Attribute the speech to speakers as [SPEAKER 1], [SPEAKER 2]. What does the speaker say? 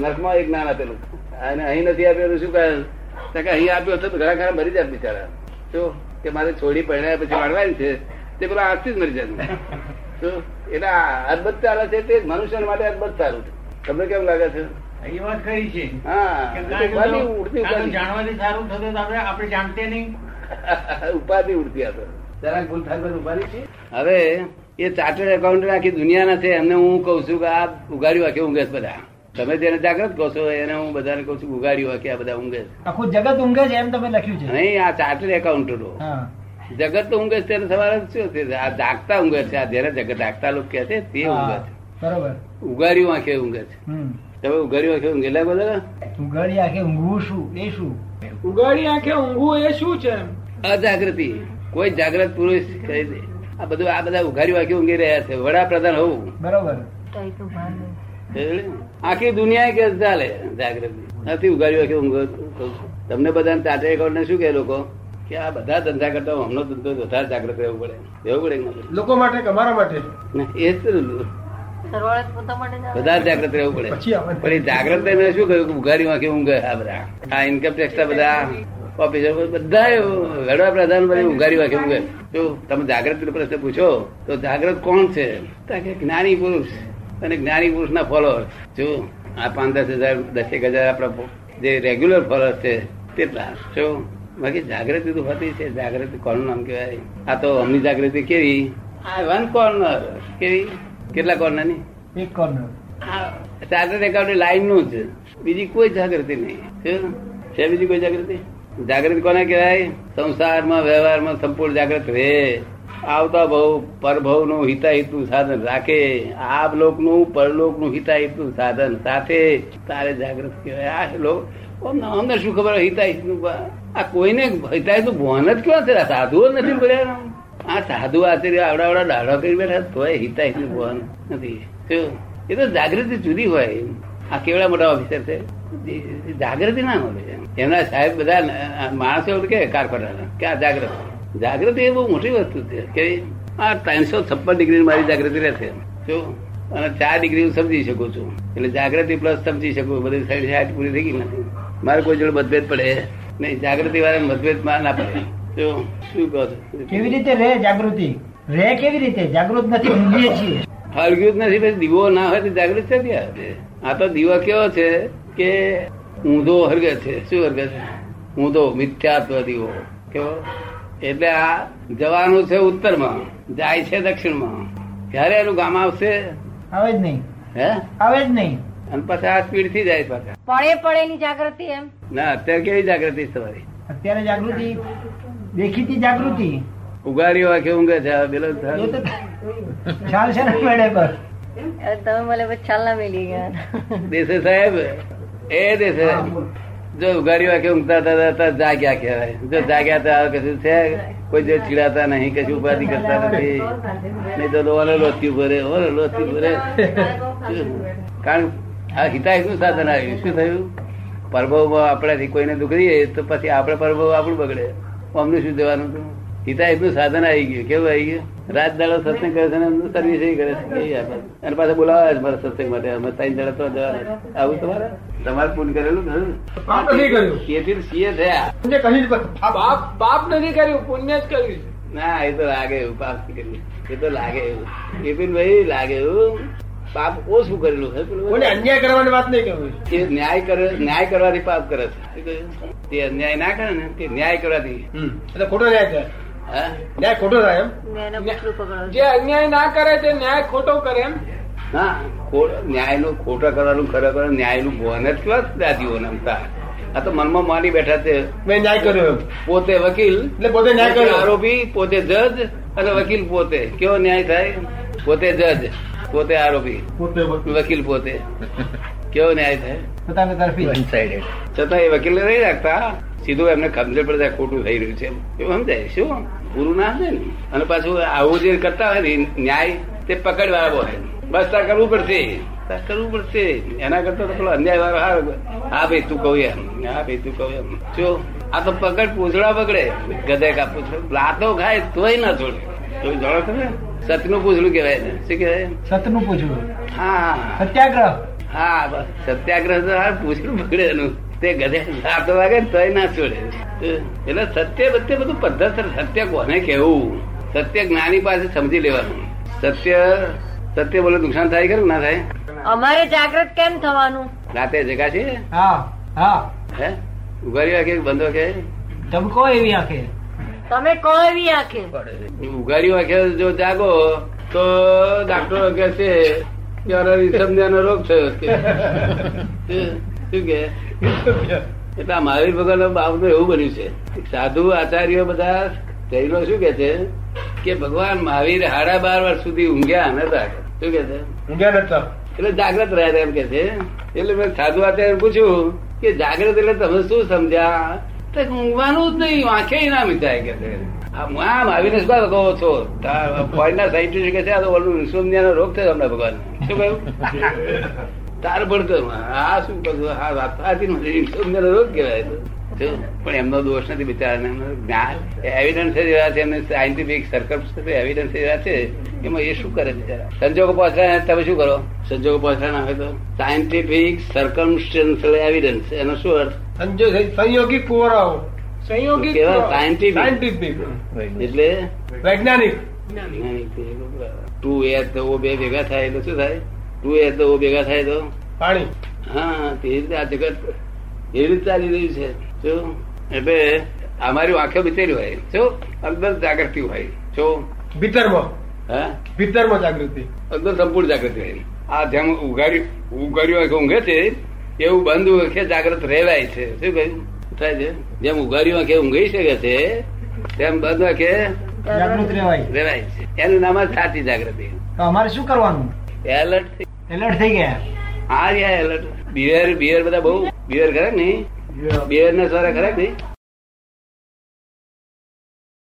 [SPEAKER 1] નખમાં એક જ્ઞાન આપેલું અને અહીં નથી આપેલું શું કારણ કારણ કે અહીં આપ્યું હતું તો ઘણા ઘણા મરી જાય બિચારા શું કે મારે છોડી પહેણાયા પછી વાળવાની છે તે પેલા આજથી જ મરી જાય શું એટલે આ અદભત ચાલે છે તે જ મનુષ્ય માટે અદભત સારું છે તમને કેમ લાગે છે
[SPEAKER 2] એ વાત ખરી છે
[SPEAKER 1] હા
[SPEAKER 2] કે
[SPEAKER 1] એ તો
[SPEAKER 2] કારણ કે
[SPEAKER 1] ઉપાધિ
[SPEAKER 2] જો-
[SPEAKER 1] ઉડતી
[SPEAKER 2] કારણ કે
[SPEAKER 1] ઉપાધિ
[SPEAKER 2] જાણવાથી સારું થતું તો આપણે આપણે જાણતે નહીં
[SPEAKER 1] ઉપાધિ ઉડતી આ તો હવે એ ચાર્ટર્ડ એકાઉન્ટન્ટ આખી દુનિયાના છે એમને હું કઉ છું કે આ ઉગાડી વાંકે ઊંઘે છે બધા તમે જેને જાગૃત કહો છો એને હું બધાને કઉ છું ઉગાડી વાંકે આ બધા ઊંઘે છે
[SPEAKER 3] આખું જગત ઊંઘે છે એમ તમે લખ્યું છે
[SPEAKER 1] નહીં આ ચાર્ટર્ડ એકાઉન્ટન્ટો
[SPEAKER 3] હા
[SPEAKER 1] જગત તો ઊંઘે છે તેને સવારે શું છે આ જાગતા ઊંઘે છે આ જયારે જગત જાગતા લોકો કહે છે તે ઊંઘે
[SPEAKER 3] હા,
[SPEAKER 1] છે
[SPEAKER 3] બરોબર
[SPEAKER 1] ઉગાડી વાંકે ઊંઘે છે
[SPEAKER 3] હમ
[SPEAKER 1] તમે ઉગાડી વાંકે ઊંઘેલા બધા
[SPEAKER 3] ઉઘાડી આંખે ઊંઘવું શું એ શું
[SPEAKER 4] ઉગાડી આંખે ઊંઘવું એ શું છે એમ?
[SPEAKER 1] અજાગૃતિ કોઈ જાગૃત પુરુષ કહી દે આ બધું આ બધા ઉઘાડી વાંકે ઊંઘી રહ્યા છે વડાપ્રધાન હોવું
[SPEAKER 3] બરોબર
[SPEAKER 1] આખી દુનિયા કે ચાલે જાગૃતિ નથી ઉઘાડી વાંકે ઊંઘો કહું છું. તમને બધાને ટાટા એકાઉન્ટ શું કહે લોકો કે આ બધા ધંધા કરતા હમનો ધંધો વધારે જાગૃત રહેવું પડે રહેવું પડે કે ના પડે?
[SPEAKER 4] લોકો માટે કે અમારા માટે
[SPEAKER 1] ના, એ જ તો
[SPEAKER 5] સરવાળા પોતા માટે જ આવે.
[SPEAKER 1] વધારે જાગૃત રહેવું પડે
[SPEAKER 4] પછી આવે.
[SPEAKER 1] પણ એ જાગૃત મેં શું કહ્યું કે ઉઘાડી વાંકે ઊંઘે આ બધા આ ઇન્કમ ટેક્સ બધા ઓફિસર બધા વડા પ્રધાન બને ઉઘાડી વાંકે ઊંઘે જો તમે જાગૃત પ્રશ્ન પૂછો તો જાગૃત કોણ છે તો કે જ્ઞાની પુરુષ અને જ્ઞાની પુરુષના ફોલોઅર જો આ પાંચ દસ હજાર દસેક હજાર આપણા જે રેગ્યુલર ફોલોઅર છે તેટલા શું બાકી જાગૃતિ તો હોતી છે જાગૃતિ કોનું નામ કહેવાય આ તો અમની જાગૃતિ કેવી આ વન કોર્નર કેવી કેટલા કોર્નરની
[SPEAKER 3] એક કોર્નર
[SPEAKER 1] ચાર્ટર્ડ એકાઉન્ટ લાઈન નું જ બીજી કોઈ જાગૃતિ નહીં શું? છે બીજી કોઈ જાગૃતિ જાગૃતિ કોને કહેવાય સંસારમાં વ્યવહારમાં સંપૂર્ણ જાગૃત રહે આવતા ભવ પરભવ નું હિતાહિતનું સાધન રાખે આ લોકનું પરલોકનું હિતાહિતનું સાધન સાથે તારે જાગૃત કહેવાય આ લોક અમને અમને શું ખબર હિતાહિતનું આ કોઈને હિતાહિતનું ભાન જ ક્યાં છે આ સાધુઓ નથી પડ્યા આ સાધુ આચાર્ય આવડા આવડા દાડો કરી બેઠા તોય હિતાહિતનું ભાન નથી શું? એ તો જાગૃતિ જુદી હોય આ કેવડા મોટા ઓફિસર છે જે- જાગૃતિ ના મળે છે એમના સાહેબ બધા ન- માણસો એવું કે કારખાના કે આ જાગૃત જાગૃતિ એ બહુ મોટી વસ્તુ છે કે આ ત્રણસો છપ્પન ડિગ્રી મારી જાગૃતિ રહેશે શું અને ચાર ડિગ્રી હું સમજી શકું છું એટલે જાગૃતિ પ્લસ સમજી શકું બધી સાઈડ સાઈડ પૂરી થઈ ગઈ નથી મારે કોઈ જોડે મતભેદ પડે નહીં જાગૃતિ વાળા મતભેદ માં ના પડે શું શું કહો છો?
[SPEAKER 3] કેવી રીતે રહે જાગૃતિ રહે કેવી રીતે જાગૃત નથી ઊંઘીએ છીએ
[SPEAKER 1] હળગ્યું જ નથી પછી દીવો ના હોય તો જાગૃત છે ત્યાં આ તો દીવો કેવો છે કે ઊંધો હરગે છે શું હરગે છે ઊંધો મિથ્યાત્વ દીવો કેવો એટલે આ જવાનું છે ઉત્તરમાં જાય છે દક્ષિણમાં ક્યારે એનું ગામ આવશે
[SPEAKER 3] આવે જ નહીં
[SPEAKER 1] હે
[SPEAKER 3] આવે જ નહીં
[SPEAKER 1] અને પાછા આ સ્પીડ થી જાય પાછા
[SPEAKER 5] પડે પડેની જાગૃતિ એમ
[SPEAKER 1] ના અત્યારે કેવી જાગૃતિ છે તમારી
[SPEAKER 3] અત્યારે જાગૃતિ દેખીતી જાગૃતિ
[SPEAKER 1] ઉગાડી વાંખે ઊંઘે છે આ બેલો
[SPEAKER 3] એ તો ખ્યાલ છે ને મેળે પર
[SPEAKER 5] અરે તમે મને પછી છાલના મેલી ગયા
[SPEAKER 1] દેશે સાહેબ એ દેશે જો ઉઘાડી વાંખે ઊંઘતા હતા હતા જાગ્યા કહેવાય જો જાગ્યા હતા કશું છે કોઈ જો ચીડાતા નહીં કશું ઉપાધિ કરતા નથી નહીં તો ઓલો લોથી ભરે ઓલો લોથી ભરે કારણ આ હિતાહિતનું સાધન આવ્યું શું થયું પરભવમાં આપણાથી કોઈને દુખરીએ તો પછી આપણે પરભવ આપણું બગડે અમને શું દેવાનું હતું હિતાહિતનું સાધન આવી ગયું કેવું આવી ગયું રાત દાડો સત્સંગ કરે છે અને સર્વિસ એ કરે છે કેવી વાત. અને પાછા બોલાવે છે મારા સત્સંગ માટે અમે ત્રણ દાડા તો જવાના છે. આવું તમારે તમારે પૂન કરેલું ખરું?
[SPEAKER 4] આ તો નહીં કર્યું.
[SPEAKER 1] કેથી સીએ થયા
[SPEAKER 4] પુણ્ય કહી જ બસ. આ બાપ બાપ નથી કર્યું પુણ્ય જ કર્યું છે.
[SPEAKER 1] ના એ તો લાગે એવું પાપ કર્યું એ તો લાગે એવું ભાઈ લાગે એવું પાપ ઓછું કરેલું છે પેલું
[SPEAKER 4] કોઈને અન્યાય કરવાની વાત નહીં કરવી
[SPEAKER 1] એ ન્યાય કરે ન્યાય કરવાથી પાપ કરે છે શું કહ્યું? તે અન્યાય ના કરે ને તે ન્યાય કરવાથી
[SPEAKER 4] એટલે ખોટો ન્યાય થાય
[SPEAKER 1] હા?
[SPEAKER 4] ન્યાય ખોટો થાય એમ
[SPEAKER 5] એને પકડું પકડો
[SPEAKER 4] જે અન્યાય ના કરે તે ન્યાય ખોટો કરે એમ
[SPEAKER 1] ના ખો- ન્યાયનું ખોટા કરવાનું ખરેખર ન્યાયનું ભોન જ કેવા દાદીઓ નમતા આ તો મનમાં માની બેઠા છે
[SPEAKER 4] મેં ન્યાય કર્યો એમ
[SPEAKER 1] પોતે વકીલ
[SPEAKER 4] એટલે પોતે ન્યાય કર્યો.
[SPEAKER 1] પોતે આરોપી પોતે જજ અને વકીલ પોતે કેવો ન્યાય થાય પોતે જજ પોતે આરોપી
[SPEAKER 4] પોતે
[SPEAKER 1] વકીલ પોતે કેવો ન્યાય થાય
[SPEAKER 3] પોતાની તરફી જ.
[SPEAKER 1] છતાં એ વકીલને નહીં રાખતા સીધું એમને ખમજે પડે છે, ખોટું થઈ રહ્યું છે એવું સમજાય શું પૂરું ના થાય ને અને પાછું આવું જે કરતા હોય ને ન્યાય તે પકડવાળા બોલે બસ તાર કરવું પડશે તાર કરવું પડશે એના કરતા તો પેલો અન્યાય વાળો હારો હા ભાઈ તું કહું એમ હા ભાઈ તું કહું એમ જો આ તો પકડ પૂછડા પકડે ગધે કા પૂછડો લાતો ખાય તોય ના છોડે તો જાણો તમે સતનું પૂછડું કહેવાય ને શું કહેવાય
[SPEAKER 3] સતનું પૂછવું
[SPEAKER 1] હા
[SPEAKER 3] સત્યાગ્રહ
[SPEAKER 1] હા બસ. સત્યાગ્રહ તો આ પૂછડું પકડે એનું તે ગધે સાત વાગે ને તોય ના છોડે એટલે સત્ય બધે બધું પદ્ધતસર સત્ય કોને કહેવું સત્ય જ્ઞાની પાસે સમજી લેવાનું સત્ય સત્ય બોલે નુકસાન થાય ખરું ના થાય
[SPEAKER 5] અમારે જાગ્રત કેમ થવાનું
[SPEAKER 1] રાતે જગાશે
[SPEAKER 3] હા હા
[SPEAKER 1] હે ઉઘાડી વાગે કે બંધો કે
[SPEAKER 3] તમે કહો એવી આંખે
[SPEAKER 5] તમે કહો એવી આંખે
[SPEAKER 1] ઉઘાડી વાગે જો જાગો તો ડાક્ટરો કે છે કે આનો ઇસમજાનો રોગ થયો છે શું કે એટલે આ મહાવીર ભગવાન બાબુ તો એવું બન્યું છે સાધુ આચાર્યો બધા જૈનો શું કે છે કે ભગવાન મહાવીર સાડા બાર વર્ષ સુધી ઊંઘ્યા નતા શું કે છે
[SPEAKER 6] ઊંઘ્યા નતા
[SPEAKER 1] એટલે જાગ્રત રહ્યા હતા એમ કે છે એટલે મેં સાધુ આચાર્ય પૂછ્યું કે જાગ્રત એટલે તમે શું સમજ્યા તો કે ઊંઘવાનું જ નહીં વાંખે ના મિટાય કે છે આમ આમ આવીને શું કહો છો ફોરેનના scientist કે છે આ તો ઓલું insomnia નો રોગ થયો હમણાં ભગવાન શું કહ્યું તાર ભણતર આ શું કહ્યું આ વાત સાચી નથી insomnia નો રોગ કહેવાય તો. જો, પણ એમનો દોષ નથી બિચારાને એમનો જ્ઞાન એવિડન્સ જ એવા છે એમને સાયન્ટિફિક સર્કમ એવિડન્સ એવા છે એમાં એ શું કરે બિચારા સંજોગો પહોંચતા તમે શું કરો સંજોગો પહોંચતા ના હોય તો સાયન્ટિફિક સર્કમસ્ટન્શિયલ એવિડન્સ એનો શું અર્થ
[SPEAKER 6] સંજો- સંયોગિક પુરાવો
[SPEAKER 4] સંયોગિક
[SPEAKER 1] કેવા
[SPEAKER 4] પ્રવાહ.
[SPEAKER 1] સાયન્ટિફિક
[SPEAKER 6] સાયન્ટિફિક
[SPEAKER 1] એટલે
[SPEAKER 6] વૈજ્ઞાનિક
[SPEAKER 1] ટુ એ તો ઓ બે ભેગા થાય એટલે શું થાય ટુ એ તો ઓ ભેગા થાય તો
[SPEAKER 6] પાણી
[SPEAKER 1] હા તે રીતે આ જગત એવી રીતે ચાલી રહ્યું છે જો એટલે અમારી આંખે બિચારી હોય જો અંદર જાગૃતિ હોય જો
[SPEAKER 6] ભીતરમાં
[SPEAKER 1] હા
[SPEAKER 6] ભીતરમાં જાગૃતિ
[SPEAKER 1] અંદર સંપૂર્ણ જાગૃતિ હોય આ જેમ ઉઘાડી ઉઘાડ્યું આંખે ઊંઘે છે એવું બંધ આંખે જાગૃત રહેવાય છે શું કહ્યું થાય છે જેમ ઉઘાડ્યું આંખે ઊંઘી શકે છે તેમ બંધ આંખે
[SPEAKER 3] જાગૃત રહેવાય
[SPEAKER 1] રહેવાય છે એનું નામ જ સાચી જાગૃતિ
[SPEAKER 3] તો અમારે શું કરવાનું
[SPEAKER 1] એલર્ટ થઈ
[SPEAKER 3] એલર્ટ થઈ ગયા
[SPEAKER 1] આ રહ્યા એલર્ટ બિયર બિયર બધા બહુ બિયર કરે ને બિયર ને સ્વરે ખરા કે નહીં